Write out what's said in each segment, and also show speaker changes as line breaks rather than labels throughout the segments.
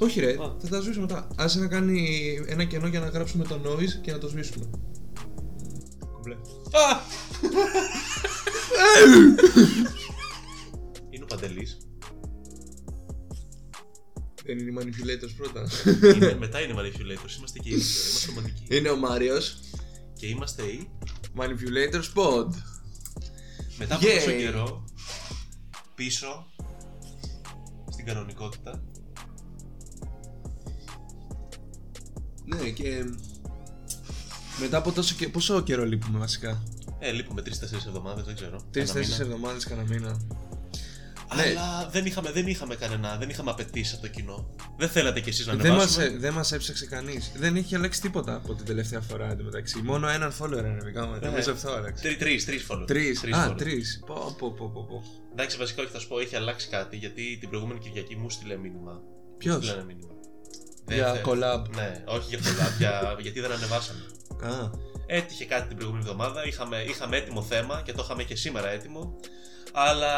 Όχι, ρε,
Α.
θα τα σβήσουμε μετά. Άσε να κάνει ένα κενό για να γράψουμε το noise και να το σβήσουμε.
Κομπλέ.
Α!
Είναι ο Παντελής.
Δεν είναι οι manipulators πρώτα.
μετά είναι manipulators. Είμαστε και οι δύο. Είμαστε ομαδικοί.
είναι ο Μάριος.
και είμαστε οι.
Manipulators pod.
Μετά από
Yeah.
τόσο καιρό. Πίσω. Στην κανονικότητα.
Ναι, και. Μετά από τόσο και... πόσο καιρό λείπουμε βασικά.
Ε, λείπουμε 3-4 εβδομάδες, δεν ξέρω. Ένα
Τρει-τέσσερι
μήνα.
εβδομάδες κανένα μήνα. Ναι.
Αλλά δεν είχαμε, δεν είχαμε κανένα, δεν είχαμε απαιτήσει από το κοινό. Δεν θέλατε κι εσείς να
Δεν μας,
ανεβάσουμε.
ε, δεν μας έψαξε κανείς. Δεν έχει αλλάξει τίποτα από την τελευταία φορά εντωμεταξύ. Μόνο έναν follower ανεβήκαμε. Δεν
Ναι.
μας αυτό άλλαξε.
Τρει, τρεις, τρεις followers.
Τρεις.
Τρεις
Α,
followers.
τρεις. Πω, πω, πω, πω, πω.
Εντάξει, βασικά όχι, θα σου πω, έχει αλλάξει κάτι γιατί την προηγούμενη Κυριακή μου στείλε μήνυμα.
Ποιος?
Στείλανε μήνυμα.
Για
θε-
collab.
Ναι, όχι για collab, για, γιατί δεν ανεβάσαμε.
Α,
Έτυχε κάτι την προηγούμενη εβδομάδα, είχαμε, είχαμε έτοιμο θέμα και το είχαμε και σήμερα έτοιμο. Αλλά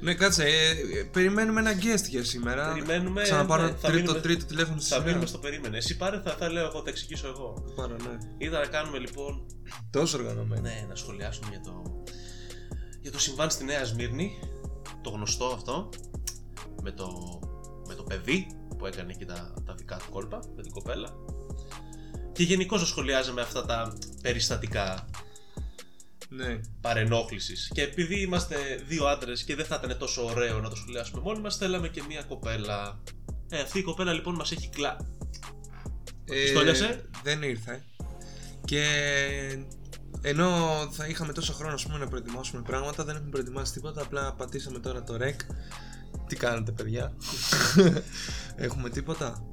ναι, κάτσε. ε, ε, περιμένουμε ένα guest για σήμερα.
περιμένουμε.
Ξαναπάρω
ναι, θα
τρίτο,
μείνουμε-
τρίτο τηλέφωνο στη
Θα
σειρά.
μείνουμε στο περίμενε. Εσύ πάρε, θα, θα λέω εγώ, θα εξηγήσω εγώ.
Θα πάρω, ναι.
Είδα να κάνουμε λοιπόν
Τόσο οργανωμένο.
Ναι, να σχολιάσουμε για το, για το συμβάν στη Νέα Σμύρνη. Το γνωστό αυτό. Με το, με το παιδί που έκανε εκεί τα, τα δικά του κόλπα με την κοπέλα. Και γενικώ να σχολιάζαμε αυτά τα περιστατικά
Ναι.
παρενόχλησης. Και επειδή είμαστε δύο άντρες και δεν θα ήταν τόσο ωραίο να το σχολιάσουμε μόνοι μας, θέλαμε και μία κοπέλα. Ε, αυτή η κοπέλα λοιπόν μας έχει κλα...
Ε,
στόλιασε?
Δεν ήρθε. Και ενώ θα είχαμε τόσο χρόνο ας πούμε, να προετοιμάσουμε πράγματα, δεν έχουμε προετοιμάσει τίποτα. Απλά πατήσαμε τώρα το ρεκ. Τι κάνετε, παιδιά. έχουμε τίποτα.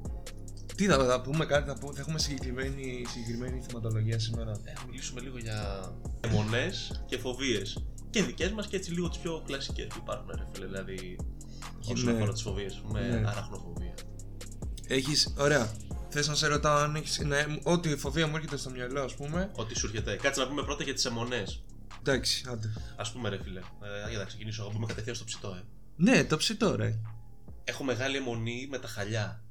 Τι θα, θα πούμε, κάτι θα πούμε. Θα έχουμε συγκεκριμένη, συγκεκριμένη θεματολογία σήμερα.
Ε, να μιλήσουμε λίγο για αιμονέ και φοβίες. Και δικές μας και έτσι λίγο τις πιο κλασικές που υπάρχουν, ρε φίλε. Δηλαδή, όσον
Ναι.
αφορά τι φοβίε, α πούμε,
Ναι.
αραχνοφοβία.
Έχεις, ωραία. Θες να σε ρωτάω αν έχεις. ό,τι φοβία μου έρχεται στο μυαλό, ας πούμε.
Ό,τι σου έρχεται. Κάτσε να πούμε πρώτα για τις αιμονές.
Εντάξει, άντε.
Ας πούμε, ρε φίλε. Ε, για να ξεκινήσω, εγώ που είμαι κατευθείαν στο ψητό, ε.
Ναι, το ψητό, ρε.
Έχω μεγάλη αιμονή με τα χαλιά.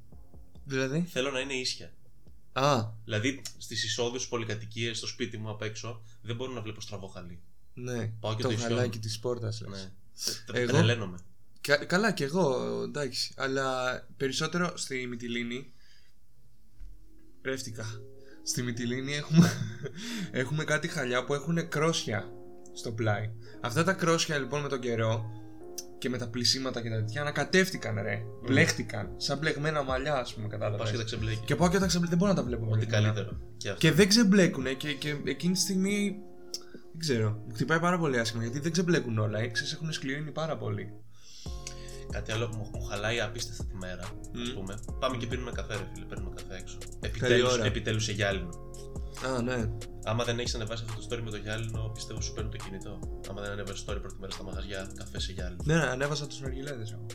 Δηλαδή.
Θέλω να είναι ίσια.
Α,
Δηλαδή, στις εισόδους, στις πολυκατοικίες, στο σπίτι μου απ' έξω, δεν μπορώ να βλέπω στραβό χαλί.
ναι.
Πάω και
το
το ισιώνω.
χαλάκι της πόρτας,
Ναι.
Εγώ-
Τρελαίνομαι.
Κα- καλά κι εγώ, εντάξει. Αλλά περισσότερο στη Μυτιλίνη. Ρεύτηκα. Στη Μυτιλίνη έχουμε, έχουμε κάτι χαλιά που έχουν κρόσια στο πλάι. Αυτά τα κρόσια λοιπόν με τον καιρό και με τα πλησίματα και τα τέτοια ανακατεύτηκαν ρε. Πλέχτηκαν. Σαν πλεγμένα μαλλιά, ας πούμε,
Πας Mm. και τα
κατάλαβα.
ξεμπλέκει.
Και πάω και τα ξεμπλέκουν. Δεν μπορώ να τα βλέπω.
Ό,τι
πλεγμένα.
καλύτερο. Και αυτό.
Και δεν ξεμπλέκουνε και, και εκείνη τη στιγμή. Δεν ξέρω. Μου χτυπάει πάρα πολύ άσχημα γιατί δεν ξεμπλέκουν όλα. Έξε έχουν σκληρύνει πάρα πολύ.
Κάτι άλλο που μου- μου χαλάει απίστευτα τη μέρα, ας
Μμμ.
πούμε. Πάμε και πίνουμε καφέ, ρε φίλε. Παίρνουμε καφέ έξω.
ώρα.
Επιτέλου επιτέλους σε γυάλινο.
Α, ναι.
Άμα δεν έχεις ανεβάσει αυτό το story με το γυάλινο, πιστεύω σου παίρνει το κινητό. Άμα δεν ανεβάσει story πρώτη μέρα στα μαγαζιά, καφέ σε γυάλινο.
Ναι, ναι, ανέβασα τους Βεργιλέδε εγώ.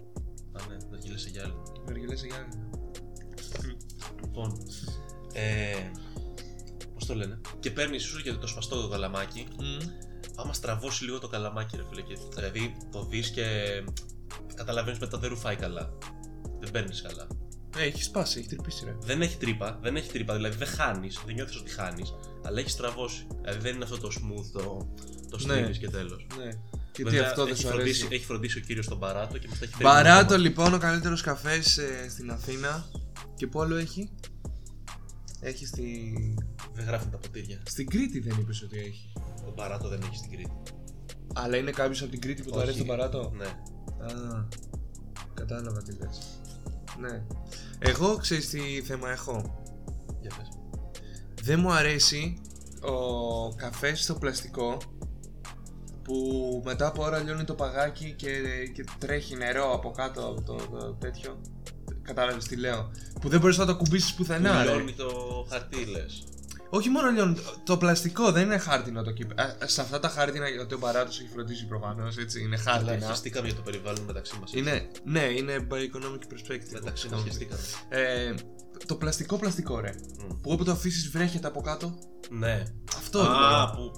Α, ναι, δεν γυλέ σε γυάλινο.
Βεργιλέδε Γιάννη.
Λοιπόν. Ε, Πώς το λένε. Και παίρνεις ίσως γιατί το σπαστό το καλαμάκι. Άμα στραβώσει λίγο το καλαμάκι, ρε φίλε. Και, δηλαδή το δεις και καταλαβαίνεις μετά δεν ρουφάει καλά. Δεν παίρνεις καλά.
Ε, έχεις σπάσει, έχει τρυπήσει, ρε.
δεν έχει τρύπα, δεν έχει τρύπα, δηλαδή δεν χάνεις, δεν νιώθεις ότι χάνεις, αλλά έχεις τραβώσει. Δηλαδή δεν είναι αυτό το smooth, το, το
Ναι.
στρίβεις και τέλος.
Ναι. Γιατί αυτό δεν
έχει
σου
φροντίσει,
αρέσει.
έχει φροντίσει ο κύριος τον Μπαράτο και μα τα έχει φέρει
Μπαράτο
μόνο.
λοιπόν ο καλύτερος καφές στην Αθήνα. Και πού άλλο έχει. Έχει στη.
Δεν γράφουν τα ποτήρια.
Στην Κρήτη δεν είπες ότι έχει.
Ο Μπαράτο δεν έχει στην Κρήτη.
Αλλά είναι κάποιος από την Κρήτη που του
Όχι.
αρέσει τον Μπαράτο.
Ναι.
Α, κατάλαβα τι λες. Ναι. Εγώ ξέρεις τι θέμα έχω.
Για πες.
Δεν μου αρέσει ο καφές στο πλαστικό που μετά από ώρα λιώνει το παγάκι και, και τρέχει νερό από κάτω από το, το τέτοιο. Κατάλαβες τι λέω. Που δεν μπορείς να το κουμπίσεις πουθενά.
Που
ρε.
λιώνει το χαρτί, λες.
Όχι μόνο λιώνει. Το πλαστικό δεν είναι χάρτινο το κύπ. Α, Σε αυτά τα χάρτινα, γιατί ο παράτος έχει φροντίσει προφανώς έτσι. Είναι
Αλλά
χάρτινα.
χεστήκαμε για το περιβάλλον μεταξύ μας.
ναι. Είναι, ναι, είναι by economic perspective.
Μεταξύ μα χεστήκαμε.
Ε, το πλαστικό πλαστικό ρε.
Μμ.
Που όπου το αφήσεις βρέχεται από κάτω.
Ναι.
Αυτό δεν μπορώ.
Α, που...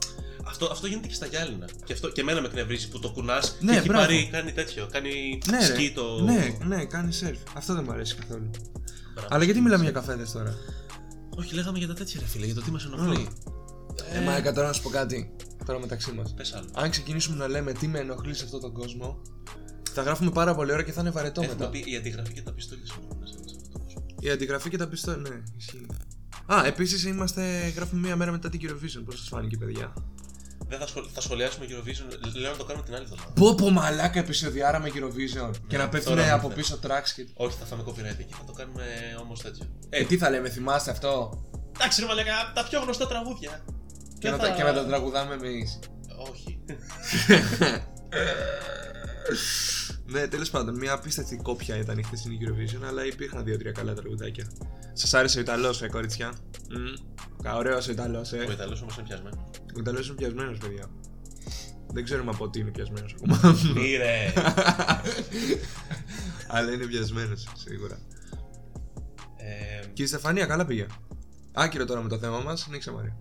Αυτό, αυτό γίνεται και στα γυάλινα. Και, αυτό, και εμένα με εκνευρίζει που το κουνάς
Ναι,
και έχει
μπράβο.
πάρει, κάνει τέτοιο. Κάνει
Ναι,
σκι
ρε.
το.
ναι, ναι, κάνει σερφ. Αυτό δεν μου αρέσει καθόλου.
Μπράβο.
Αλλά γιατί μιλάμε για καφέδες τώρα.
Όχι, λέγαμε για τα τέτοια ρε φίλε, για το τι μας ενοχλεί.
Ε, Μάικα, τώρα να σου πω κάτι. Τώρα μεταξύ μας.
Πες άλλο.
Αν ξεκινήσουμε να λέμε τι με ενοχλεί σε αυτόν τον κόσμο, θα γράφουμε πάρα πολύ ώρα και θα είναι βαρετό
Έχουμε
μετά.
πει η αντιγραφή και τα πιστόλια σου.
Η αντιγραφή και τα πιστώ, ναι, ισχύει. Α, επίσης είμαστε. Γράφουμε μία μέρα μετά την Eurovision. Πώς σας φάνηκε, παιδιά.
Δεν θα, σχολ... θα σχολιάσουμε Eurovision, λέω να το κάνουμε την άλλη εβδομάδα.
Πω πω μαλάκα επεισοδιάρα με Eurovision. και να πέφτουν
Ε, τώρα
από
ήρθε.
πίσω tracks και.
Όχι, θα φάμε copyright εκεί, θα το κάνουμε όμως τέτοιο.
Ε, τι θα λέμε, θυμάστε αυτό.
Εντάξει, ρε Μαλάκα, τα πιο γνωστά τραγούδια.
Και,
Δεν
να, τα... και να τα Ε. τραγουδάμε εμείς.
Όχι.
ναι, τέλος πάντων, μια απίστευτη κόπια ήταν η χθεσινή Eurovision, αλλά υπήρχαν δύο-τρία καλά τραγουδάκια. Σας άρεσε ο Ιταλός, ε, κοριτσιά. Mm. Ωραίος ο Ιταλός, ε.
Ο Ιταλός όμως είναι πιασμένος.
Ο Ιταλός είναι πιασμένος, παιδιά. Δεν ξέρουμε από τι είναι πιασμένος ακόμα.
Μύρε!
Αλλά είναι βιασμένο, σίγουρα.
Ε,
Και η Στεφανία καλά πήγε. Άκυρο τώρα με το θέμα Ναι, μα, νίξε Μαρία.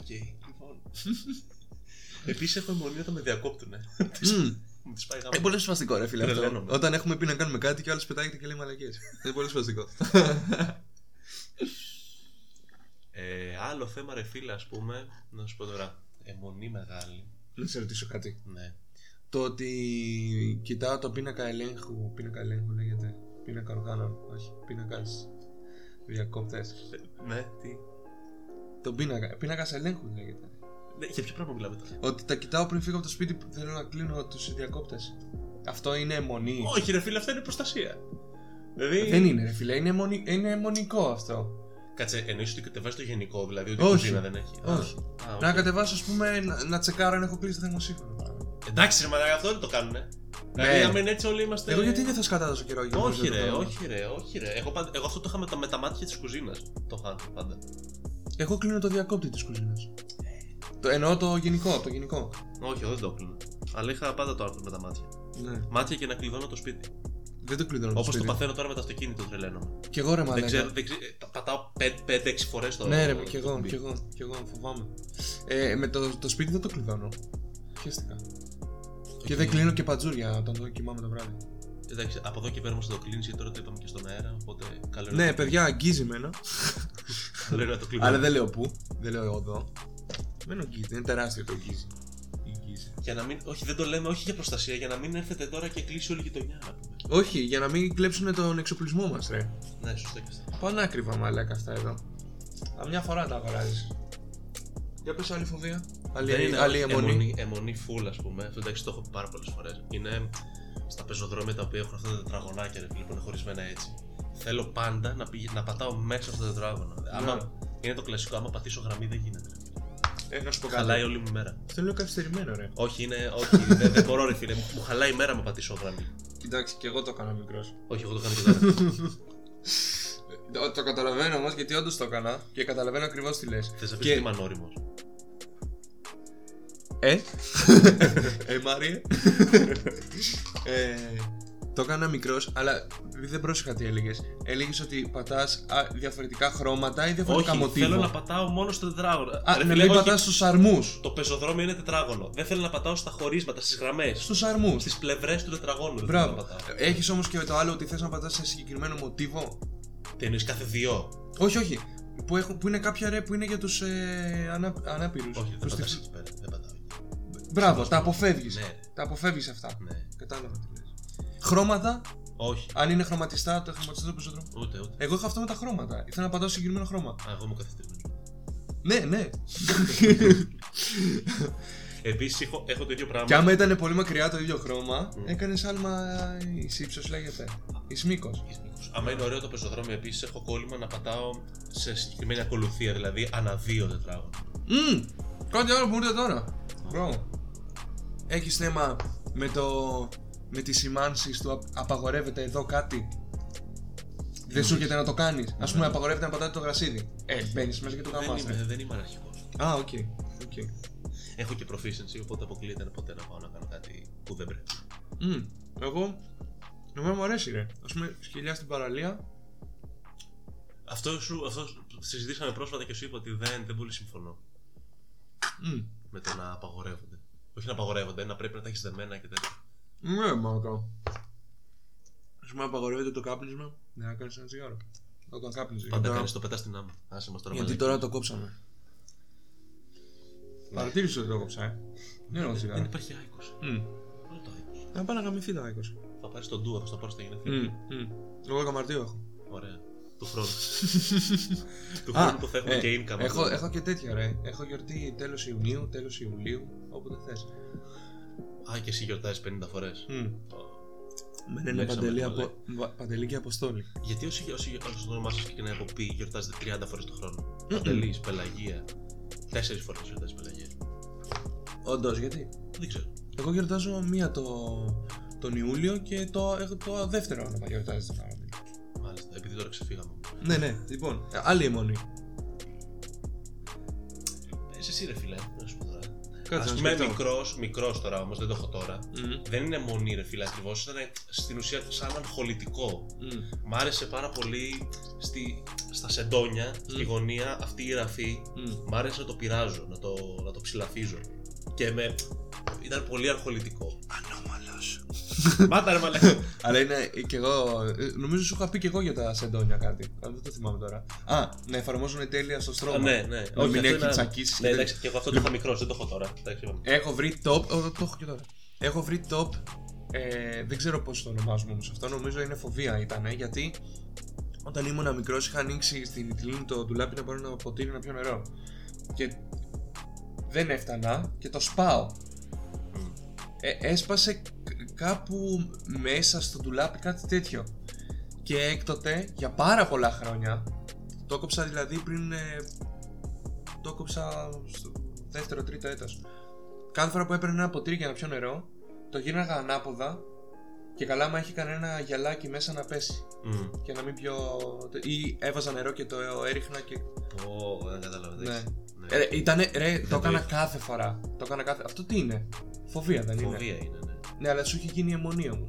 Οκ, λοιπόν. Επίσης έχω αιμονία όταν με διακόπτουνε. Μου τις πάει
Είναι
γάμα.
πολύ σφαστικό, ρε φίλε.
Τρελαίνομαι.
αυτό. Ναι, Όταν έχουμε πει να κάνουμε κάτι και ο άλλος πετάγεται και λέει μαλακίε. Είναι πολύ σφαστικό.
Ε, Άλλο θέμα, ρε φίλε, ας πούμε, να σου πω τώρα. Αιμονή μεγάλη.
Να σε ρωτήσω κάτι.
Ναι.
Το ότι κοιτάω το πίνακα ελέγχου. Πίνακα ελέγχου λέγεται. Πίνακα οργάνων. Όχι, πίνακας. Διακόπτες.
Ναι, τι.
Τον πίνακα. Πίνακας ελέγχου λέγεται.
Ναι, Για ποιο πράγμα μιλάμε τώρα.
Ότι τα κοιτάω πριν φύγω από το σπίτι που θέλω να κλείνω τους διακόπτες. Αυτό είναι αιμονή.
Όχι, ρε φίλε, αυτό είναι προστασία. Δηλαδή.
Δεν είναι, ρε φίλε, είναι, αιμονι... είναι αιμονικό αυτό.
Κάτσε, εννοείς ότι κατεβάζει το γενικό, δηλαδή ότι
Όχι.
κουζίνα δεν έχει. Α,
Όχι.
α, οκ.
Να κατεβάσω, ας πούμε, να, να τσεκάρω αν έχω κλείσει το θερμοσύφωνο.
Εντάξει, ρε μαλάκα, αυτό δεν το κάνουνε.
Ναι.
Δηλαδή, άμα είναι έτσι, όλοι είμαστε.
Εγώ γιατί νιώθω σκατά τόσο καιρό για να
Όχι,
ξέρω
ρε,
το-
όχι, ρε, όχι, ρε. Εγώ, πάντα- εγώ αυτό το είχα με τα, με τα μάτια της κουζίνας. Το είχα πάντα.
Εγώ κλείνω το διακόπτη της κουζίνας. Το εννοώ το γενικό, το γενικό.
Όχι, εγώ δεν το κλείνω. Αλλά είχα πάντα το άρθρο με τα μάτια.
Ναι.
Μάτια και να κλειδώνω το σπίτι.
Δεν το κλείνω.
Όπως το
σπίτι.
παθαίνω τώρα με το αυτοκίνητο, τρελαίνομαι.
Κι εγώ ρε
Δεν
μαλάκα.
ξέρω, δεν ξέρω, ε, τα πατάω 5-6 φορέ τώρα.
Ναι, ρε, κι εγώ, κι εγώ, κι εγώ, φοβάμαι. Ε, με το, το σπίτι δεν το κλειδώνω. Χαίστηκα. Και δεν κλείνω και πατζούρια όταν το κοιμάμαι το βράδυ.
Εντάξει, από εδώ και πέρα όμως το κλείνεις γιατί τώρα το είπαμε και στον αέρα. Οπότε καλό είναι,
Ναι, παιδιά, αγγίζει εμένα.
καλό είναι να το κλείνω.
Αλλά δεν λέω πού. Δεν λέω εδώ. Δεν αγγίζει, είναι τεράστιο το αγγίζει. Αγγίζει.
Για να μην, όχι, δεν το λέμε όχι για προστασία, για να μην έρθετε τώρα και κλείσει όλη η γειτονιά, να πούμε.
Όχι, για να μην κλέψουν τον εξοπλισμό μας, ρε.
Ναι, σωστά και αυτό.
Πανάκριβα μαλάκα αυτά εδώ. Α, μια φορά τα αγοράζεις. Για πες άλλη φοβία.
Δεν
Άλλη,
είναι
άλλη αιμονή.
αιμονή. Αιμονή full, ας πούμε. Αυτό εντάξει, το έχω πει πάρα πολλές φορές. Είναι στα πεζοδρόμια τα οποία έχουν αυτά τα τετραγωνάκια, ρε, φίλε, που είναι χωρισμένα έτσι. Θέλω πάντα να, πηγα- να πατάω μέσα στο τετράγωνο.
Ναι.
Άμα, είναι το κλασικό, άμα πατήσω γραμμή δεν γίνεται. ρε.
Ε, να σου πω
Χαλάει όλη μου η μέρα.
Αυτό είναι λίγο καθυστερημένο, ρε.
Όχι, είναι, όχι, δεν, δεν μπορώ, ρε φίλε. Μου, μου χαλάει η μέρα μου πατήσω γραμμή.
Κοιτάξτε, και εγώ το έκανα μικρός.
Όχι, εγώ το κάνω και τώρα.
Ε, Το, το καταλαβαίνω όμως γιατί όντως το έκανα και καταλαβαίνω ακριβώς τι λες.
Θες να πεις
Και-
ότι είμαι ανώριμος.
Ε, ε, Μάριε. ε, το έκανα μικρός, αλλά επειδή δεν πρόσεχα τι έλεγες. Έλεγες ότι πατάς διαφορετικά χρώματα ή διαφορετικά
Όχι,
μοτίβα.
θέλω να πατάω μόνο στο τετράγωνο.
Α,
Ρε
να
φίλε,
μην
όχι,
πατάς στους αρμούς.
Το πεζοδρόμιο είναι τετράγωνο. Δεν θέλω να πατάω στα χωρίσματα, στις γραμμές.
Στους αρμούς.
Στις πλευρές του τετραγώνου. δεν θέλω να
Μπράβο.
πατάω.
Έχεις όμως και το άλλο ότι θες να πατάς σε συγκεκριμένο μοτίβο.
Τι εννοείς κάθε δύο.
Όχι, όχι. Που, έχω, που είναι κάποια ρε που είναι για τους ε, ανά, ανάπηρους.
Όχι, δεν πατάω εκεί πέρα. Δεν πατάω.
Μπράβο, τα αποφεύγεις.
Ναι,
Τα αποφεύγεις αυτά.
ναι.
Κατάλαβα τι λες. Χρώματα,
Όχι.
αν είναι χρωματιστά, το χρωματιστά το περισσότερο.
Ούτε, ούτε.
Εγώ είχα αυτό με τα χρώματα. Ήθελα να πατάω σε συγκεκριμένο χρώμα.
Α, εγώ είμαι καθυστερημένος.
Ναι, ναι.
Επίσης έχω, έχω το ίδιο πράγμα.
και άμα ήταν πολύ μακριά το ίδιο χρώμα,
Μμ.
έκανες άλμα η ύψο λέγεται. Η μήκος.
Εις μήκος. Άμα είναι ωραίο το πεζοδρόμιο, επίσης έχω κόλλημα να πατάω σε συγκεκριμένη ακολουθία, δηλαδή ανά δύο τετράγωνα.
Μμμ, κάτι άλλο που μου ήρθε τώρα. Μπρο. Έχεις θέμα με το. με τις σημάνσεις του α- απαγορεύεται εδώ κάτι. Δεν σου έρχεται να το κάνεις. Ας πούμε, απαγορεύεται να πατάτε το γρασίδι. Ε, μπαίνεις μέσα και το
Ναι. Δεν
γαμάς,
είμαι,
ε.
δεν είμαι αναρχικό.
Α, οκ. οκ.
Έχω και proficiency, οπότε αποκλείεται ποτέ να πάω να κάνω κάτι που δεν πρέπει.
Μμ, Εγώ. Εμένα μου αρέσει, ρε. Ας πούμε, σκυλιά στην παραλία.
Αυτό, σου, αυτό σου- συζητήσαμε πρόσφατα και σου είπα ότι δεν, δεν πολύ συμφωνώ
Μμ.
με το να απαγορεύονται. Όχι να απαγορεύονται, να πρέπει να τα έχεις δεμένα και τέτοια.
Ναι, μάκα. Ας πούμε απαγορεύεται το κάπνισμα. Ναι, να κάνεις ένα τσιγάρο. Όταν κάπνιζε.
Πάντα
γιατί
κάνει
τώρα-
το πετάς στην άμα. Άσε μας τώρα
Γιατί
μαζί.
τώρα το κόψαμε.
Ναι.
Παρατήρησες ότι το κόψα, ε. Ναι,
Δεν-
ένα
Δεν
τσιγάρο.
υπάρχει άϊκος.
Μμμ.
το άϊκος.
Να πάω να γαμηθεί τα 20.
Θα πάρεις τον ντουα, θα στο πάρει στα γενέθλια.
Μμμ, μμμ. Εγώ 10 Μαρτίου έχω.
Ωραία. Του χρόνου. Του
Α,
χρόνου που θα έχουμε
ε,
και income.
Έχω, έχω και τέτοια ρε. Έχω γιορτή τέλος Ιουνίου, τέλος Ιουλίου, όποτε θες.
Α, και εσύ γιορτάζεις 50 φορέ.
Με ένα
Λέξαμε
παντελή,
καλά.
απο... Βα- παντελή και αποστόλη.
Γιατί όσοι, όσοι, όσοι το όνομά σας και να υποπεί γιορτάζετε 30 φορές το χρόνο.
Μμμ.
Παντελή, πελαγία. Τέσσερις φορές γιορτάζει πελαγία.
Όντως, γιατί.
Δεν ξέρω.
Εγώ γιορτάζω μία το... τον Ιούλιο και το, έχω το δεύτερο όνομα γιορτάζει το πράγμα.
Μάλιστα, επειδή τώρα ξεφύγαμε.
Ναι, ναι, λοιπόν. ε, Άλλη αιμονή.
Ε, εσύ ρε φιλέ, να σου πω τώρα.
Κάτσε
Ας
να
πούμε
σκεφτώ.
μικρός, μικρός τώρα όμως, δεν το έχω τώρα.
Μμμ,
Δεν είναι μονή ρε φιλέ ακριβώς, ήταν στην ουσία σαν αγχολητικό.
μμμ.
Μ' άρεσε πάρα πολύ στη, στα σεντόνια, στη
Μμ.
γωνία, αυτή η ραφή.
Μμμ.
Μ' άρεσε να το πειράζω, να το, να το ψηλαφίζω. Και με. ήταν πολύ αρχολητικό.
Ανώμαλος.
Μάτα ρε μαλακά.
Αλλά είναι και εγώ. ε, Νομίζω σου είχα πει και εγώ για τα σεντόνια κάτι. Αλλά δεν το θυμάμαι τώρα. Α, να εφαρμόζουν τέλεια στο στρώμα.
ναι, ναι.
Να
Όχι,
μην
αυτό
έχει
είναι-
τσακίσεις.
Ναι, εντάξει, και εγώ αυτό το είχα μικρό, δεν το έχω τώρα. Εντάξει, είπαμε.
Έχω βρει top. Ω, το έχω και τώρα. Έχω βρει top. Ε, δεν ξέρω πώς το ονομάζουμε όμως αυτό. Νομίζω είναι φοβία ήταν. Γιατί όταν ήμουν μικρός είχα ανοίξει στην Ιταλία το ντουλάπι να πάρω ένα ποτήρι να πιω νερό. Και δεν έφτανα και το σπάω.
Μμ.
Ε, έσπασε κ- κάπου μέσα στο ντουλάπι κάτι τέτοιο. Και έκτοτε για πάρα πολλά χρόνια το κόψα δηλαδή πριν. ε, το κόψα στο δεύτερο-τρίτο έτος. Κάθε φορά που έπαιρνα ένα ποτήρι για να πιω νερό, το γίναγα ανάποδα και καλά άμα έχει κανένα γυαλάκι μέσα να πέσει
Μμμ.
και να μην πιω. ή έβαζα νερό και το έριχνα και.
Πω, δεν κατάλαβα. εντάξει. Ναι.
Ε, Ρε, ήτανε, ρε, το
το
έκανα
είχα.
κάθε φορά. Το έκανα κάθε. Αυτό τι είναι. Φοβία δεν είναι.
Φοβία είναι, ναι.
Ναι, αλλά σου είχε γίνει αιμονή όμως.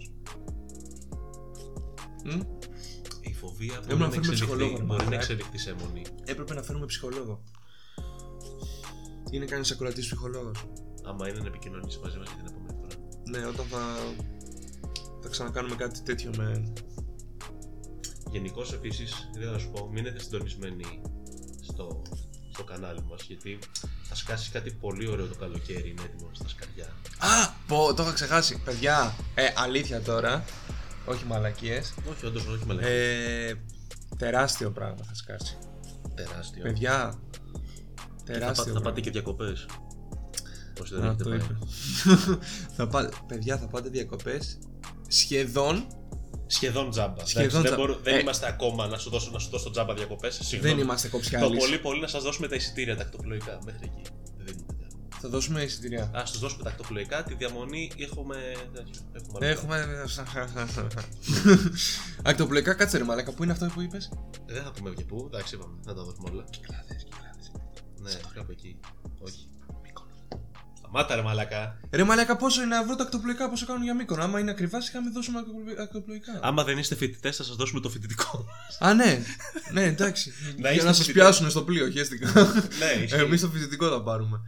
Η φοβία μπορεί
Πρέπει να
να,
φέρουμε ψυχολόγο,
εξελιχθεί,
ρε,
μπορεί να
μαλάκα.
εξελιχθεί σε αιμονή.
Έπρεπε να φέρουμε ψυχολόγο. Είναι κανείς ακροατής ψυχολόγος.
Άμα είναι να επικοινωνήσεις μαζί μας για την επόμενη φορά.
Ναι, όταν θα. θα ξανακάνουμε κάτι τέτοιο με.
Γενικώς επίσης, ήθελα να σου πω, μείνετε συντονισμένοι στο, στο κανάλι μας, γιατί θα σκάσεις κάτι πολύ ωραίο το καλοκαίρι. Είναι έτοιμος στα σκαριά.
Α! Πω, το είχα ξεχάσει. Παιδιά, ε, αλήθεια τώρα. Όχι μαλακίες.
Όχι, όντως, όχι μαλακά.
Ε, τεράστιο πράγμα θα σκάσει.
τεράστιο.
Παιδιά.
Και θα, πά-
Τεράστιο.
θα
πράγμα.
πάτε και διακοπές. Όσοι δεν
Α,
έχετε
το
πάει.
είπε. θα πά... Παιδιά, θα πάτε διακοπές. Σχεδόν
Σχεδόν τζάμπα.
Σχεδόν
Εντάξει,
τζάμπα.
Δεν, μπορώ- δεν
Ε.
είμαστε ακόμα να σου δώσω, να σου δώσω τζάμπα διακοπές.
δεν είμαστε
Το
κοψιάλοι.
πολύ πολύ να σας δώσουμε τα εισιτήρια τακτοπλοϊκά μέχρι εκεί. Δεν δίνουμε κάτι άλλο.
Θα δώσουμε εισιτηρία.
Α του δώσουμε τακτοπλοϊκά, τη διαμονή έχουμε. τέτοιο, Έχουμε. άλλο.
Ναι, Έχουμε. Ακτοπλοϊκά, κάτσε ρε μαλάκα, πού είναι αυτό που είπες
Ε, Δεν θα πούμε και πού, εντάξει, είπαμε. Να τα δώσουμε όλα. Ναι, κάπου εκεί. Όχι. Σταμάτα ρε μαλακά.
Ρε μαλάκα, πόσο είναι να βρω τα ακτοπλοϊκά, πόσο κάνουν για μήκον. Άμα είναι ακριβά, είχαμε δώσουμε ακτοπλο- ακτοπλοϊκά.
Άμα δεν είστε φοιτητές, θα σας δώσουμε το φοιτητικό.
Α, ναι. Ναι, εντάξει. για
Να είστε
να σας
φοιτητές.
πιάσουν στο πλοίο, χαίστηκα.
ναι, ισχύει.
Εμείς το φοιτητικό θα πάρουμε.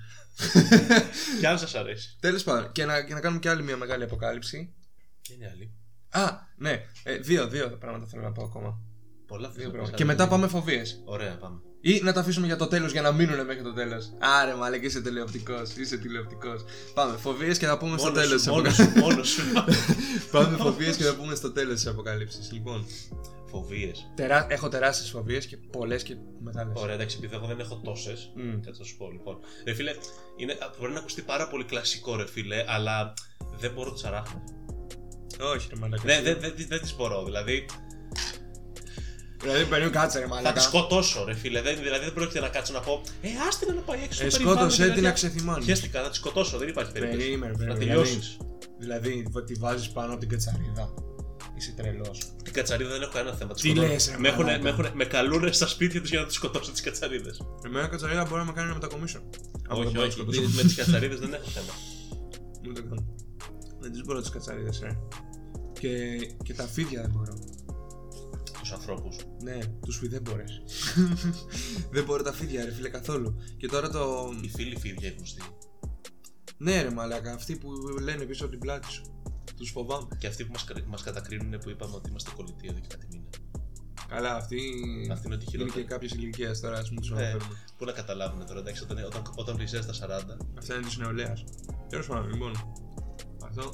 Κι αν σας αρέσει.
Τέλος πάντων, και να, και να κάνουμε και άλλη μια μεγάλη αποκάλυψη.
Και είναι άλλη.
Α, ναι. Ε, δύο, δύο πράγματα θέλω να πω ακόμα.
Πολλά
Δύο
φοιτητικά.
πράγματα. Και μετά πάμε φοβίες.
Ωραία, πάμε.
Ή να τα αφήσουμε για το τέλος για να μείνουν μέχρι το τέλος. Άρε, μαλάκα, είσαι τηλεοπτικός. Είσαι τηλεοπτικός. Πάμε, φοβίες και θα πούμε στο
Μόνος
τέλος τη
σου, μόνος σου, μόνος σου.
Πάμε φοβίες και θα πούμε στο τέλος της αποκάλυψης. Λοιπόν,
Φοβίες.
τερά... έχω τεράστιες φοβίες και πολλές και μεγάλες.
Ωραία, εντάξει, επειδή εγώ δεν έχω τόσες. Κάτι θα σου πω λοιπόν. Ρε φίλε, είναι, μπορεί να ακουστεί πάρα πολύ κλασικό ρε φίλε, αλλά δεν μπορώ τι αράχνε.
Όχι, ρε μαλάκα.
Ναι, δεν δεν- δεν τις μπορώ. Δηλαδή
Δηλαδή, παίρνει κάτσε, ρε
θα τη
μαλάκα.
σκοτώσω, ρε φίλε. Δεν, δηλαδή δεν πρόκειται να κάτσω να πω Ε, άστε να πάει έξω.
Ε,
στο περιβάλλον και
σκότωσε την να
τέτοια».
ξεθυμώνει.
Χαίστηκα, θα τη σκοτώσω, δεν υπάρχει περίπτωση.
Περίμενε,
Να
περίμενε. Δηλαδή,
τελειώσει.
δηλαδή, βα- τη βάζεις πάνω από την κατσαρίδα. Είσαι τρελός.
Την κατσαρίδα δεν έχω κανένα θέμα. τις
Τι
σκοτώνω.
λες, ρε
με, έχουνε-
μαλάκα.
με, έχουνε- με καλούν στα σπίτια τους για να του σκοτώσω τις κατσαρίδες.
Εμένα η κατσαρίδα μπορεί να με κάνει να μετακομίσω. Άμα δεν
Όχι,
μπορώ να
όχι.
σκοτώσω.
Με τις κατσαρίδες δεν έχω θέμα.
Ούτε καν. Δεν τις μπορώ τις κατσαρίδες, ε. Και, και τα φίδια δεν μπορώ.
Τους ανθρώπους.
Ναι, τους φίδι δεν μπορείς. δεν μπορώ τα φίδια, ρε φίλε, καθόλου. Και τώρα το.
Οι φίλοι φίδια οι γνωστοί.
Ναι, ρε μαλάκα, αυτοί που λένε πίσω από την πλάτη σου. Τους φοβάμαι.
Και αυτοί που μας, κα- μας κατακρίνουν που είπαμε ότι είμαστε κολλητοί εδώ και κάτι μήνα.
Καλά, αυτοί
Αυτή είναι
είναι
ότι
και
χειρότερη.
κάποιες ηλικίες τώρα, ας πούμε, τους
Ναι.
αναφέρουμε.
Πού να καταλάβουν τώρα, εντάξει, όταν, όταν, όταν πλησιάζει τα 40,
Αυτά είναι της νεολαίας. Τέλος πάντων, λοιπόν. Αυτό.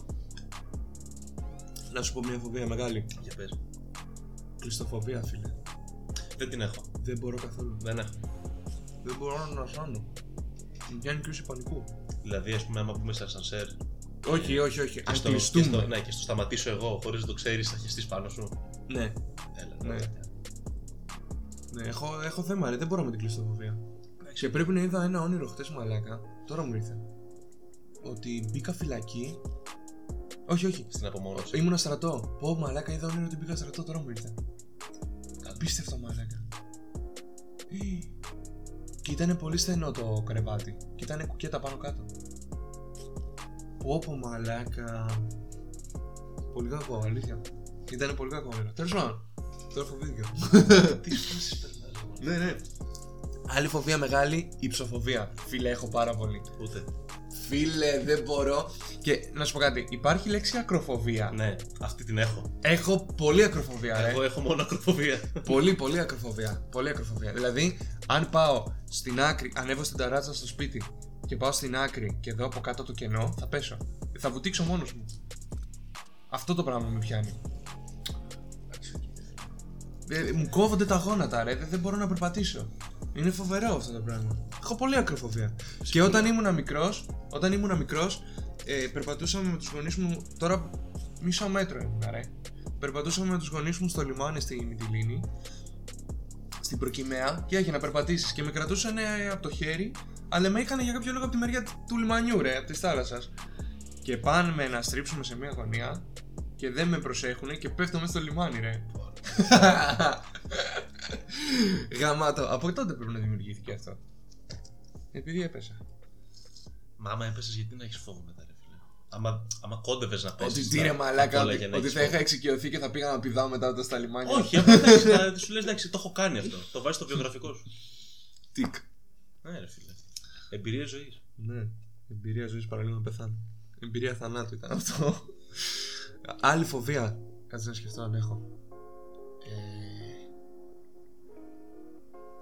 Να σου πω μια φοβία μεγάλη.
για πες.
Κλειστοφοβία, φίλε.
Δεν την έχω.
Δεν μπορώ καθόλου.
Δεν έχω.
Δεν μπορώ να σάνω. Μου κάνει κρίση πανικού.
Δηλαδή, ας πούμε, άμα μπούμε σε ασανσέρ.
Όχι, όχι, όχι.
και
Ας
στο- και στο-
κλειστούμε.
Ναι, και στο σταματήσω εγώ, χωρίς να το ξέρεις, θα χεστείς πάνω σου.
Ναι,
Έλα,
Ναι.
ναι.
ναι, έχω, έχω θέμα, ρε. Δεν μπορώ με την κλειστοφοβία. Και πρέπει να είδα ένα όνειρο χτες μαλάκα. Τώρα μου ήρθε. Ότι μπήκα φυλακή. Όχι, όχι.
Στην απομόνωση.
Ήμουνα στρατό. Πω, μαλάκα, είδα όνειρο ότι μπήκα στρατό. Τώρα μου ήρθε.
Καλό.
Απίστευτο μαλάκα. Και ήταν πολύ στενό το κρεβάτι. Και ήταν κουκέτα πάνω κάτω. Πόπο μαλάκα. Πολύ κακό, αλήθεια. Ήταν πολύ κακό όνειρο. Τέλος πάντων. Τώρα φοβήθηκα. Ε,
Τι φάσεις περνά, λοιπόν.
ναι, ναι. Άλλη φοβία μεγάλη, υψοφοβία. Φίλε, έχω πάρα πολύ.
Ούτε.
Φίλε, δεν μπορώ. Και να σου πω κάτι, υπάρχει λέξη ακροφοβία.
Ναι, αυτή την έχω.
Έχω πολύ ακροφοβία, ρε.
Εγώ έχω μόνο ακροφοβία.
Πολύ, πολύ ακροφοβία. Πολύ ακροφοβία. Δηλαδή, αν πάω στην άκρη, ανέβω στην ταράτσα στο σπίτι και πάω στην άκρη και δω από κάτω το κενό, θα πέσω. Θα βουτήξω μόνος μου. Αυτό το πράγμα με πιάνει. Ε, μου κόβονται τα γόνατα, ρε. Δεν, δεν μπορώ να περπατήσω. Είναι φοβερό αυτό το πράγμα. Έχω πολύ ακροφοβία. Και όταν ήμουν μικρός, όταν ήμουν μικρός, ε, περπατούσαμε με τους γονείς μου. Τώρα μισό μέτρο ήμουν, ρε. Περπατούσαμε με τους γονείς μου στο λιμάνι στη Μυτιλίνη, στην προκυμαία, και έγινε να περπατήσεις. Και με κρατούσαν από το χέρι, αλλά με είχαν για κάποιο λόγο από τη μεριά του λιμανιού, ρε, από της θάλασσας. Και πάνε με να στρίψουμε σε μια γωνία και δεν με προσέχουν και πέφτω μέσα στο λιμάνι, ρε. Γαμάτο. Από τότε πρέπει να δημιουργήθηκε αυτό. Επειδή έπεσα.
Μα άμα έπεσες, γιατί να έχεις φόβο μετά, ρε φίλε. Άμα, άμα κόντευες να πέσει.
Ότι τι ρε μαλάκα, ότι, ότι θα είχα εξοικειωθεί και θα πήγα να πηδάω μετά όταν στα λιμάνια.
Όχι, άμα εντάξει, θα- σου λες εντάξει, το έχω κάνει αυτό. Το βάζεις στο βιογραφικό σου.
Τικ.
Ναι, ρε φίλε. Εμπειρία ζωής.
Ναι. Εμπειρία ζωής παραλίγο να πεθάνω. Εμπειρία θανάτου ήταν αυτό. Άλλη φοβία. Κάτσε να σκεφτώ αν έχω.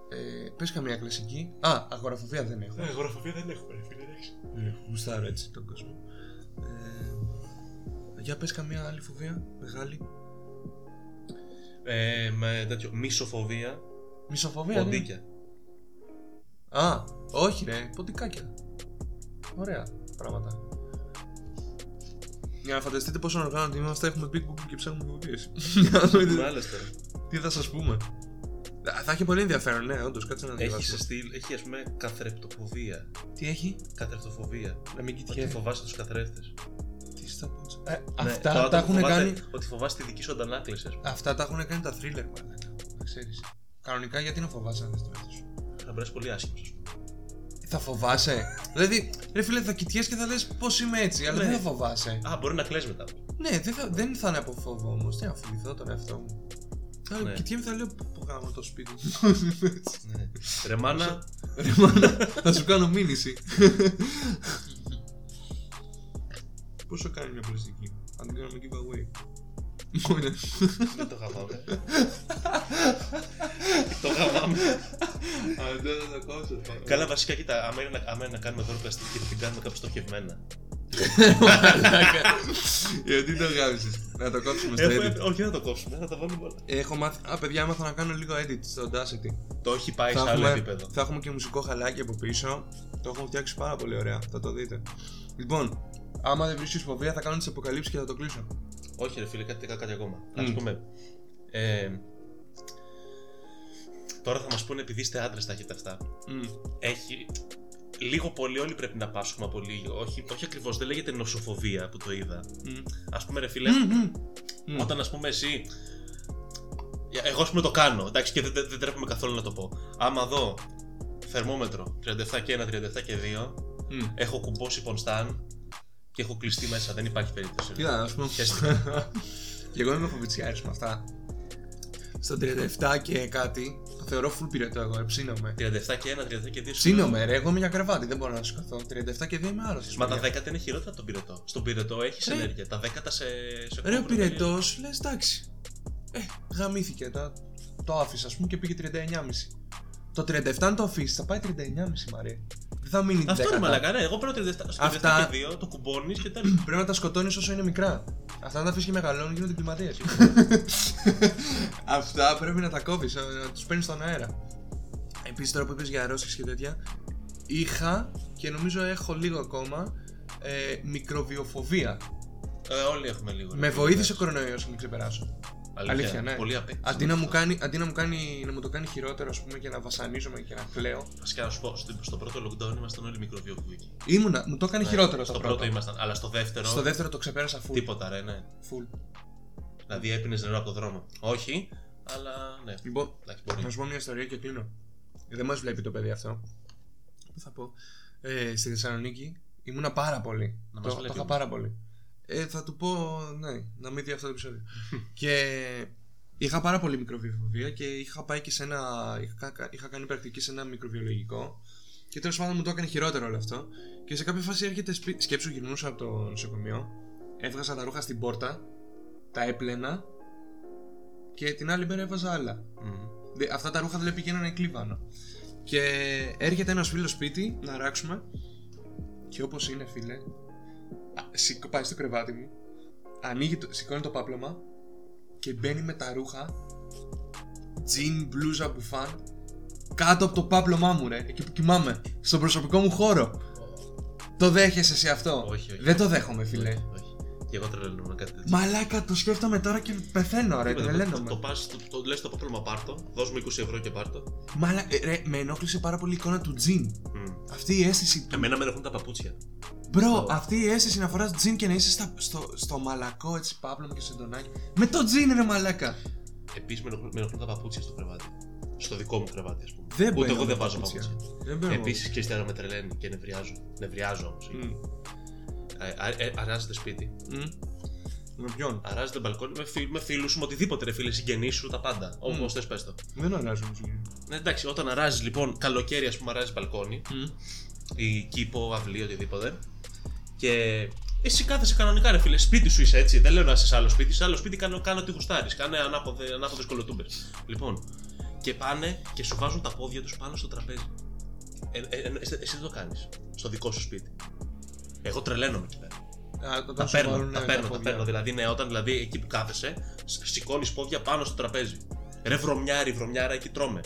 Ε... Ε, πες καμία κλασική. Α, αγοραφοβία δεν έχω.
Εγγραφοβία Ναι, δεν έχουμε, ρε φίλε.
Ναι, γουστάρω έτσι τον κόσμο. Ε, για πες καμία άλλη φοβία, μεγάλη.
Ε, με τέτοιο μισοφοβία,
Μισοφοβία, ναι.
ποντίκια.
Α, όχι ρε, ποντικάκια. Ωραία πράγματα. Για να φανταστείτε πόσο οργάνωτοι είμαστε, έχουμε Big Book και ψάχνουμε φοβίες. Για να
Με
δείτε
άλλες τώρα.
Τι θα σας πούμε. Α, Θα έχει πολύ ενδιαφέρον, ναι, όντως, κάτσε να
Έχει
διαβάσουμε.
σε στυλ, έχει ας πούμε καθρεπτοφοβία.
Τι έχει,
Καθρεπτοφοβία.
να μην
Ότι
κοιτιέται.
φοβάσαι τους καθρέφτες.
Τι στα πω.
Ναι, το
Αυτά
άτομο
τα έχουν
φοβάται
κάνει.
Ότι φοβάσαι τη δική σου αντανάκληση, ας πούμε.
Αυτά τα έχουν κάνει τα thriller, μάλλον. Να ξέρεις. Κανονικά γιατί να φοβάσαι να δεις το έθος σου.
Θα μπρέσει πολύ άσχημος, ας πούμε.
Θα φοβάσαι. δηλαδή, ρε φίλε, θα κοιτιέσαι και θα λες πώς είμαι έτσι, αλλά
Ναι.
δεν θα φοβάσαι.
Α, μπορεί να κλαις μετά.
Ναι, δεν θα, δεν θα είναι από φόβο όμως. Τι να φοβηθώ τον εαυτό μου. Θα
Ναι.
κοιτιέμαι, θα λέω που γάμω το σπίτι. Ναι.
Ρε μάνα,
Ρε μάνα, θα σου κάνω μήνυση. Πόσο κάνει μια πλαστική, αν την κάνουμε giveaway. Μόνο.
δεν το
ε.
γαμάμε. Το γαμάμε.
Αν δεν θα το κόψω.
Καλά, βασικά, κοίτα, άμα είναι, να- άμα είναι να κάνουμε δώρο πλαστική, την κάνουμε κάπου στοχευμένα.
Γιατί το γάμισες. Να το κόψουμε στο
Έχουμε-
edit.
Ε, Όχι, δεν θα το κόψουμε, θα τα βάλουμε όλα.
Έχω μάθει. Α, παιδιά, έμαθα να κάνω λίγο edit στο Audacity.
Το έχει πάει σε
θα,
άλλο
έχουμε,
επίπεδο.
θα έχουμε και μουσικό χαλάκι από πίσω. Το έχουμε φτιάξει πάρα πολύ ωραία. Θα το δείτε. Λοιπόν, άμα δεν βρίσκεις φοβία, θα κάνω τις αποκαλύψεις και θα το κλείσω.
Όχι, ρε φίλε, κάτι, κάτι ακόμα.
Μμ.
Ας πούμε. Ε, τώρα θα μας πούνε, επειδή είστε άντρες, τα έχετε αυτά. Έχει. Λίγο πολύ όλοι πρέπει να πάσχουμε από λίγο. Όχι, όχι ακριβώς, δεν λέγεται νοσοφοβία που το είδα. Ας πούμε, ρε φίλε, όταν ας πούμε εσύ. Εγώ ας πούμε το κάνω, εντάξει, και δεν, δεν, δεν τρέπομαι καθόλου να το πω. Άμα δω θερμόμετρο 37 και 1, 37 και 2, έχω κουμπώσει πονστάν και έχω κλειστεί μέσα. Δεν υπάρχει περίπτωση.
Κοίτα, ας πούμε.
Χαίστηκα.
Και εγώ είμαι φοβητσιάρης με αυτά. Στο 37 και κάτι, Το θεωρώ full πυρετό εγώ, ε, ψήνομαι.
37 και 1, 37 και 2.
Ψήνομαι, ρε, εγώ με μια κρεβάτι, δεν μπορώ να σηκωθώ. 37 και 2 είμαι άρρωστος.
Μα τα 10 είναι χειρότερα από τον πυρετό. Στον πυρετό έχεις
Ρε.
ενέργεια. Τα 10 τα σε. σε
Ρε, ο
κόβουν
πυρετός, λες εντάξει. Ε, γαμήθηκε. Τα... Το άφησα, ας πούμε, και πήγε 39,5. Το 37 αν το αφήσεις, θα πάει 39,5 Μαρία. Δεν θα μείνει
τα-
10.
Αυτό είναι μαλακά, ναι. Εγώ παίρνω 37 στο 37
Αυτά-
και 2, το κουμπώνεις και τέλο.
Πρέπει να τα σκοτώνεις όσο είναι μικρά. Αυτά να τα αφήσεις και μεγαλώνουν γίνονται κλιματίες. Αυτά πρέπει να τα κόβεις, να τους παίρνεις στον αέρα. Επίσης τώρα που είπες για αρρώσεις και τέτοια, είχα και νομίζω έχω λίγο ακόμα ε, μικροβιοφοβία.
ε, όλοι έχουμε λίγο. ρε,
Με
φίλε,
βοήθησε ο
εντάξει.
κορονοϊός να την ξεπεράσω. αλήθεια, ναι.
Πολύ απέκτηση.
Αντί να μου,
Αυτό.
κάνει, αντί να μου, κάνει, να μου το κάνει χειρότερο, ας πούμε, και να βασανίζομαι και να κλαίω.
Βασικά να σου πω, στο, στο πρώτο lockdown ήμασταν όλοι μικροβιοκουβικοί.
Ήμουνα, μου το έκανε χειρότερο
στο
το πρώτο.
ήμασταν, αλλά στο δεύτερο.
Ναι. Στο δεύτερο το ξεπέρασα full.
Τίποτα, ρε, ναι.
full.
Δηλαδή έπινες νερό από το δρόμο. Όχι, αλλά ναι.
Λοιπόν,
Εντάξει,
Να
μπορεί.
σου πω μια ιστορία και κλείνω. Δεν μας βλέπει το παιδί αυτό. Τι θα πω. Ε, στη Θεσσαλονίκη ήμουνα πάρα πολύ.
Να
το,
μας
το
βλέπει
είχα
όμως.
πάρα πολύ. Ε, θα του πω, ναι, να μην δει αυτό το επεισόδιο. και είχα πάρα πολύ μικροβιοφοβία και είχα πάει και σε ένα. Είχα, κα- είχα κάνει πρακτική σε ένα μικροβιολογικό. Και τέλος πάντων μου το έκανε χειρότερο όλο αυτό. Και σε κάποια φάση έρχεται σπίτι. Σκέψου, γυρνούσα από το νοσοκομείο. Έβγαζα τα ρούχα στην πόρτα. Τα έπλαινα. Και την άλλη μέρα έβαζα άλλα.
Μμμ.
Δε- Αυτά τα ρούχα δηλαδή πηγαίνανε
Ναι.
κλίβανο. Και έρχεται ένας φίλος σπίτι να ράξουμε. Και όπως είναι, φίλε, α, σηκώ- πάει στο κρεβάτι μου, ανοίγει το, σηκώνει το πάπλωμα και μπαίνει με τα ρούχα. Τζιν, μπλούζα, μπουφάν. Κάτω από το πάπλωμά μου, ρε, εκεί που κοιμάμαι. Στον προσωπικό μου χώρο. Το δέχεσαι εσύ αυτό.
Όχι, όχι.
Δεν το δέχομαι, φίλε.
Όχι, Ναι, όχι. Και εγώ τρελαίνομαι κάτι τέτοιο.
Μαλάκα, το σκέφτομαι τώρα και πεθαίνω, ρε.
Τίποτα,
Τρελαίνομαι.
Το πας, το, το λες το πρόβλημα, πάρτο. Δώσ' μου 20 ευρώ και πάρτο.
Μαλα... ε, ρε, με ενόχλησε πάρα πολύ η εικόνα του τζιν.
Μμμ.
Αυτή η αίσθηση του.
Εμένα με έχουν τα παπούτσια.
Μπρο,
Αυτό.
αυτή η αίσθηση να φοράς τζιν και να είσαι στα- στο, στο μαλακό έτσι πάπλωμα και στο εντονάκι. Με το τζιν ρε μαλάκα!
Επίσης με ενοχλούν- με ενοχλούν τα παπούτσια στο κρεβάτι. Στο δικό μου κρεβάτι, ας πούμε.
Δεν
Ούτε
μπαίνω
εγώ
με
δεν βάζω
παπούτσια.
παπούτσια.
Δεν μπαίνω.
Επίση και ύστερα με τρελαίνει και νευριάζω. Νευριάζω ε. όμω.
Μμμ.
ε, Αράζεται σπίτι.
Μμμ. Με ποιον.
Αράζεται μπαλκόνι με, φίλ, με φίλους σου, με οτιδήποτε ρε φίλε, συγγενείς σου, τα πάντα. Όπως θες πες το.
Δεν αλλάζω μου σου.
Ναι, εντάξει, όταν αράζεις λοιπόν καλοκαίρι, ας πούμε, αράζεις μπαλκόνι ή κήπο, αυλή, οτιδήποτε. Και εσύ κάθεσαι κανονικά, ρε φίλε. Σπίτι σου είσαι έτσι. Δεν λέω να είσαι σε άλλο σπίτι. Σε άλλο σπίτι κάνω, κάνω τι γουστάρεις. Κάνε ανάποδε, ανάποδες κολοτούμπες. Λοιπόν, και πάνε και σου βάζουν τα πόδια τους πάνω στο τραπέζι. Ε, ε, ε, εσύ, εσύ δεν το κάνεις. Στο δικό σου σπίτι. Εγώ τρελαίνομαι εκεί πέρα.
Α, το
Τα
τόσο
παίρνω,
βάλουνε
τα παίρνω, τα
πόδια.
παίρνω. Δηλαδή, ναι, όταν δηλαδή, εκεί που κάθεσαι, σηκώνεις πόδια πάνω στο τραπέζι. Ρε βρωμιάρι, βρωμιάρα, εκεί τρώμε.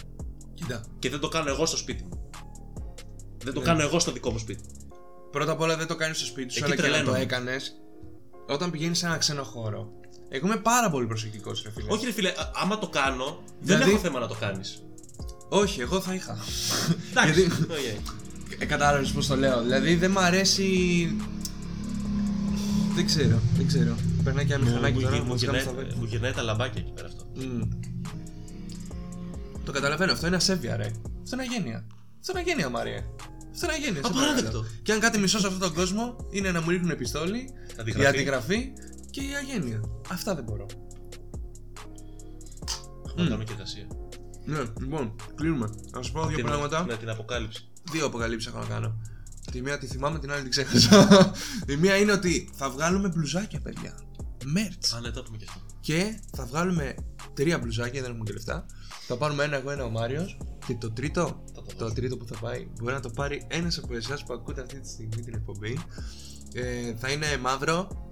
Κοίτα.
Και δεν το κάνω εγώ στο σπίτι μου. Δεν το
Ναι.
κάνω εγώ στο δικό μου σπίτι.
Πρώτα απ' όλα δεν το κάνεις στο σπίτι σου,
Εκεί
αλλά και να το
τρελαίνομαι.
έκανες. Όταν πηγαίνεις σε ένα ξένο χώρο. Εγώ είμαι πάρα πολύ προσεκτικός, ρε φίλε.
Όχι, ρε φίλε, α- άμα το κάνω, δεν
Δηλαδή-
έχω θέμα να το κάνεις.
Όχι, εγώ θα είχα.
Εντάξει.
Γιατί-
οκ.
Ε, Κατάλαβες πώς το λέω. Δηλαδή δεν μ' αρέσει. Δεν ξέρω, δεν ξέρω. Περνάει και ένα
Μου-
μηχανάκι
μου
τώρα
γι-
να
Μου
μας κάνει στα
γυρνάει-
βέτα.
μου γυρνάει τα λαμπάκια εκεί πέρα αυτό.
Μμμ. Το καταλαβαίνω, αυτό είναι ασέβεια, ρε. Αυτό είναι αγένεια. Αυτό είναι αγένεια, Μαρία. Αυτό είναι αγένεια. σε
Απαράδεκτο.
παρακαλώ. Και αν κάτι μισό σε αυτόν τον κόσμο είναι να μου ρίχνουν επιστόλη, η
Αντιγραφή.
αντιγραφή και η αγένεια. Αυτά δεν μπορώ.
Έχουμε να κάνουμε και εργασία.
Ναι, λοιπόν, κλείνουμε. Να σου πω δύο
Την-
πράγματα.
Ναι, την αποκάλυψη.
δύο αποκαλύψεις έχω να κάνω. Τη μία τη θυμάμαι, την άλλη την ξέχασα. η μία είναι ότι θα βγάλουμε μπλουζάκια, παιδιά. Merch.
Α, ναι, το έχουμε και αυτό.
Και θα βγάλουμε τρία μπλουζάκια, δεν έχουμε και λεφτά. Θα πάρουμε ένα εγώ, ένα ο Μάριος. Και το τρίτο,
Θα το
το
δώσω.
τρίτο που θα πάει, μπορεί να το πάρει ένας από εσάς που ακούτε αυτή τη στιγμή την εκπομπή. Ε, θα είναι μαύρο.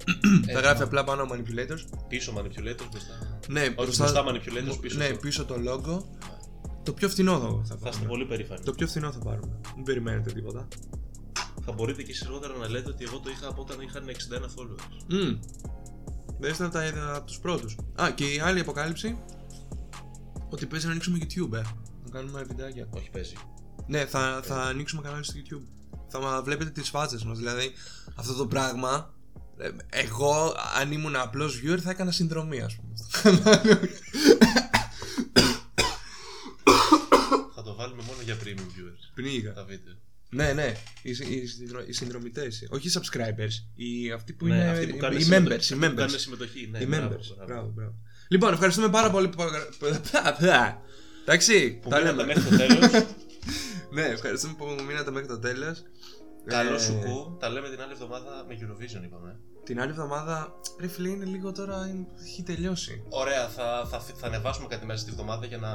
θα
Ένα.
γράφει απλά πάνω manipulators.
Πίσω manipulators μπροστά.
Ναι,
μπροστά manipulators, πίσω
Ναι,
το-
πίσω το logo. Το πιο φθηνό θα, θα
Θα είστε
πάρουμε.
πολύ περήφανοι.
Το πιο φθηνό θα πάρουμε. Μην περιμένετε τίποτα.
Θα μπορείτε και εσείς αργότερα να λέτε ότι εγώ το είχα από όταν είχαν 61 followers.
Mm. Δεν θα τα είδα από τους πρώτους. Α, και η άλλη αποκάλυψη. Ότι παίζει να ανοίξουμε YouTube, ε. Να κάνουμε βιντεάκια.
Όχι, παίζει.
Ναι, θα, θα
Ε.
ανοίξουμε κανάλι στο YouTube. Θα μα βλέπετε τις φάτσε μας. Δηλαδή, αυτό το πράγμα. ε, Εγώ, αν ήμουν απλός viewer, θα έκανα συνδρομή, ας πούμε. στο κανάλι.
Θα το βάλουμε μόνο για premium viewers.
Πνίγα.
Τα βίντεο.
Ναι, ναι. Οι, συ- οι, συνδρο- οι συνδρομητές. Όχι οι subscribers. Οι, αυτοί που
Ναι,
είναι.
αυτοί που
οι-
κάνουν
οι members.
συμμετοχή- αυτοί
Οι
που
members.
κάνουν συμμετοχή. Ναι,
Οι
μπράβο,
members.
μπράβο.
Μπράβο, μπράβο. Λοιπόν, ευχαριστούμε πάρα πολύ που. Εντάξει,
Που
τα
μείνατε
λέμε.
μέχρι το τέλος.
Ναι, ευχαριστούμε που μείνατε μέχρι το Ε, τέλος.
Καλό σου κου. Τα λέμε την άλλη εβδομάδα με Eurovision, είπαμε. ε.
Την άλλη εβδομάδα, ρε φίλε, είναι λίγο τώρα, είναι- έχει τελειώσει.
Ωραία, θα, θα, θα ανεβάσουμε κάτι μέσα στη βδομάδα για να,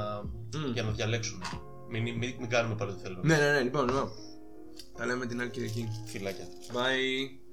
Μμ.
για να διαλέξουμε. Μην, μην, μην κάνουμε πάλι ό,τι θέλουμε.
Ναι, ναι, ναι, λοιπόν, λοιπόν. Τα λέμε την άλλη Κυριακή.
Φιλάκια.
Bye.